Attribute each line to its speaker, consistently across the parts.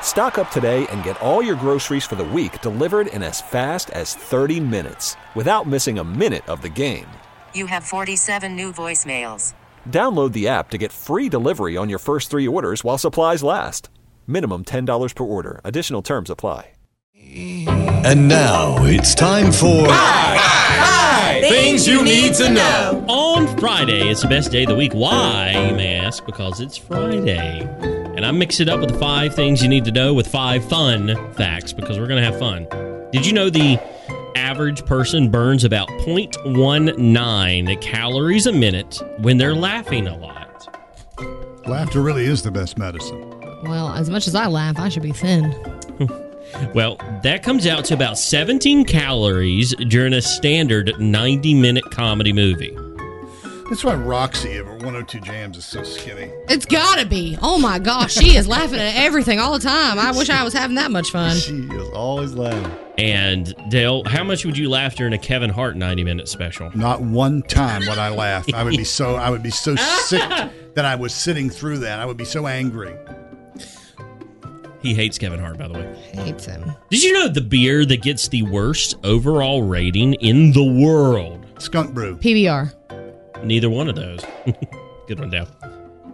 Speaker 1: Stock up today and get all your groceries for the week delivered in as fast as 30 minutes without missing a minute of the game.
Speaker 2: You have 47 new voicemails.
Speaker 1: Download the app to get free delivery on your first three orders while supplies last. Minimum $10 per order. Additional terms apply.
Speaker 3: And now it's time for
Speaker 4: Things you need to know.
Speaker 5: On Friday, it's the best day of the week. Why, you may ask? Because it's Friday. And I mix it up with the five things you need to know with five fun facts because we're going to have fun. Did you know the average person burns about 0.19 calories a minute when they're laughing a lot?
Speaker 6: Laughter really is the best medicine.
Speaker 7: Well, as much as I laugh, I should be thin.
Speaker 5: Well, that comes out to about 17 calories during a standard 90 minute comedy movie.
Speaker 6: That's why Roxy of her 102 Jams is so skinny.
Speaker 7: It's gotta be. Oh my gosh, she is laughing at everything all the time. I wish I was having that much fun.
Speaker 6: She is always laughing.
Speaker 5: And Dale, how much would you laugh during a Kevin Hart 90 minute special?
Speaker 6: Not one time would I laugh. I would be so I would be so sick that I was sitting through that. I would be so angry.
Speaker 5: He hates Kevin Hart, by the way.
Speaker 7: Hates him.
Speaker 5: Did you know the beer that gets the worst overall rating in the world?
Speaker 6: Skunk brew.
Speaker 7: PBR.
Speaker 5: Neither one of those. Good one, Dale.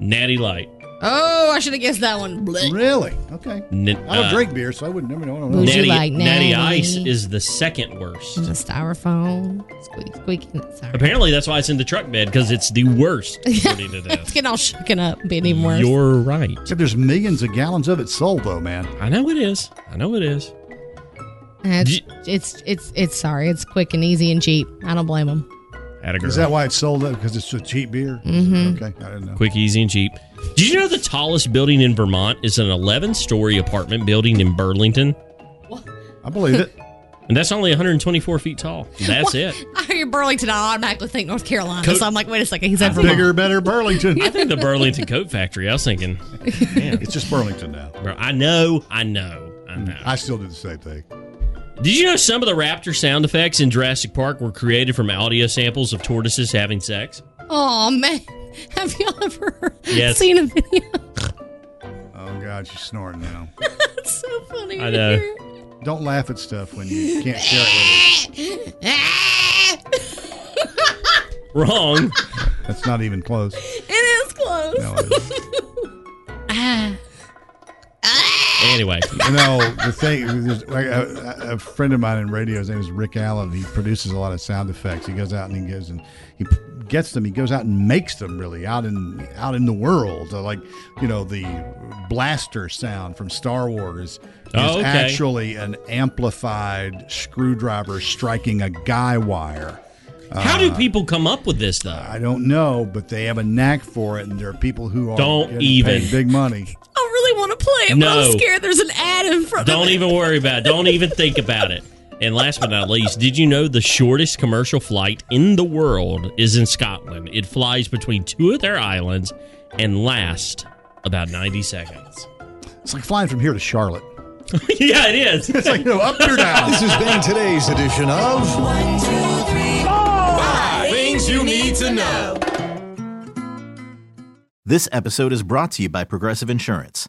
Speaker 5: Natty Light.
Speaker 7: Oh, I should have guessed that one. Blech.
Speaker 6: Really? Okay.
Speaker 5: N-
Speaker 6: I don't
Speaker 5: uh,
Speaker 6: drink beer, so I wouldn't never know. I don't know.
Speaker 7: Would you
Speaker 5: Natty,
Speaker 7: like
Speaker 5: Natty
Speaker 7: Natty?
Speaker 5: Ice is the second worst.
Speaker 7: The styrofoam. Squeak, squeak. Sorry.
Speaker 5: Apparently, that's why it's in the truck bed because it's the worst. According to
Speaker 7: It's
Speaker 5: this.
Speaker 7: getting all shooken up, being even worse.
Speaker 5: You're right.
Speaker 6: Except there's millions of gallons of it sold though, man.
Speaker 5: I know it is. I know it is.
Speaker 7: Uh, it's, it's it's it's sorry. It's quick and easy and cheap. I don't blame him.
Speaker 5: Had a girl.
Speaker 6: Is that why it's sold though? Because it's a cheap beer?
Speaker 7: Mhm.
Speaker 6: Okay. I didn't know.
Speaker 5: Mm-hmm. Quick, easy, and cheap. Did you know the tallest building in Vermont is an 11 story apartment building in Burlington?
Speaker 6: I believe it.
Speaker 5: And that's only 124 feet tall. That's it.
Speaker 7: I hear Burlington. I automatically think North Carolina.
Speaker 5: Co-
Speaker 7: so I'm like, wait a second. He's said Vermont.
Speaker 6: Bigger, better Burlington.
Speaker 5: I think the Burlington Coat Factory. I was thinking,
Speaker 6: it's just Burlington now.
Speaker 5: bro, I know, I know, I know.
Speaker 6: I still do the same thing.
Speaker 5: Did you know some of the raptor sound effects in Jurassic Park were created from audio samples of tortoises having sex?
Speaker 7: Oh man, have y'all ever
Speaker 5: Yes.
Speaker 7: seen a video?
Speaker 6: Oh God, she's snorting now.
Speaker 7: It's so funny.
Speaker 5: I
Speaker 7: to
Speaker 5: know.
Speaker 7: hear.
Speaker 6: Don't laugh at stuff when you can't share it with us.
Speaker 7: Ah!
Speaker 5: Wrong.
Speaker 6: That's not even close.
Speaker 7: It is close.
Speaker 6: No, it-
Speaker 7: Ah. Ah.
Speaker 5: anyway,
Speaker 6: you know the thing. there's- Like a, a friend of mine in radio, his name is Rick Allen. He produces a lot of sound effects. He goes out and he goes and he p- gets them. He goes out and makes them really out in out in the world. So, like you know the blaster sound from Star Wars is
Speaker 5: Oh, okay.
Speaker 6: actually an amplified screwdriver striking a guy wire.
Speaker 5: how do people come up with this though?
Speaker 6: I don't know, but they have a knack for it, and there are people who are
Speaker 5: Don't
Speaker 6: getting
Speaker 5: even.
Speaker 6: paid big money.
Speaker 7: I really want to play it, but
Speaker 5: No.
Speaker 7: I'm scared there's an ad in front
Speaker 5: Don't
Speaker 7: of me.
Speaker 5: even worry about it. Don't even think about it. And last but not least, did you know the shortest commercial flight in the world is in Scotland? It flies between two of their islands and lasts about 90 seconds.
Speaker 6: It's like flying from here to Charlotte.
Speaker 5: yeah, it is.
Speaker 6: It's like you know up or down.
Speaker 3: This has been today's edition of
Speaker 4: Things you need to know.
Speaker 8: This episode is brought to you by Progressive Insurance.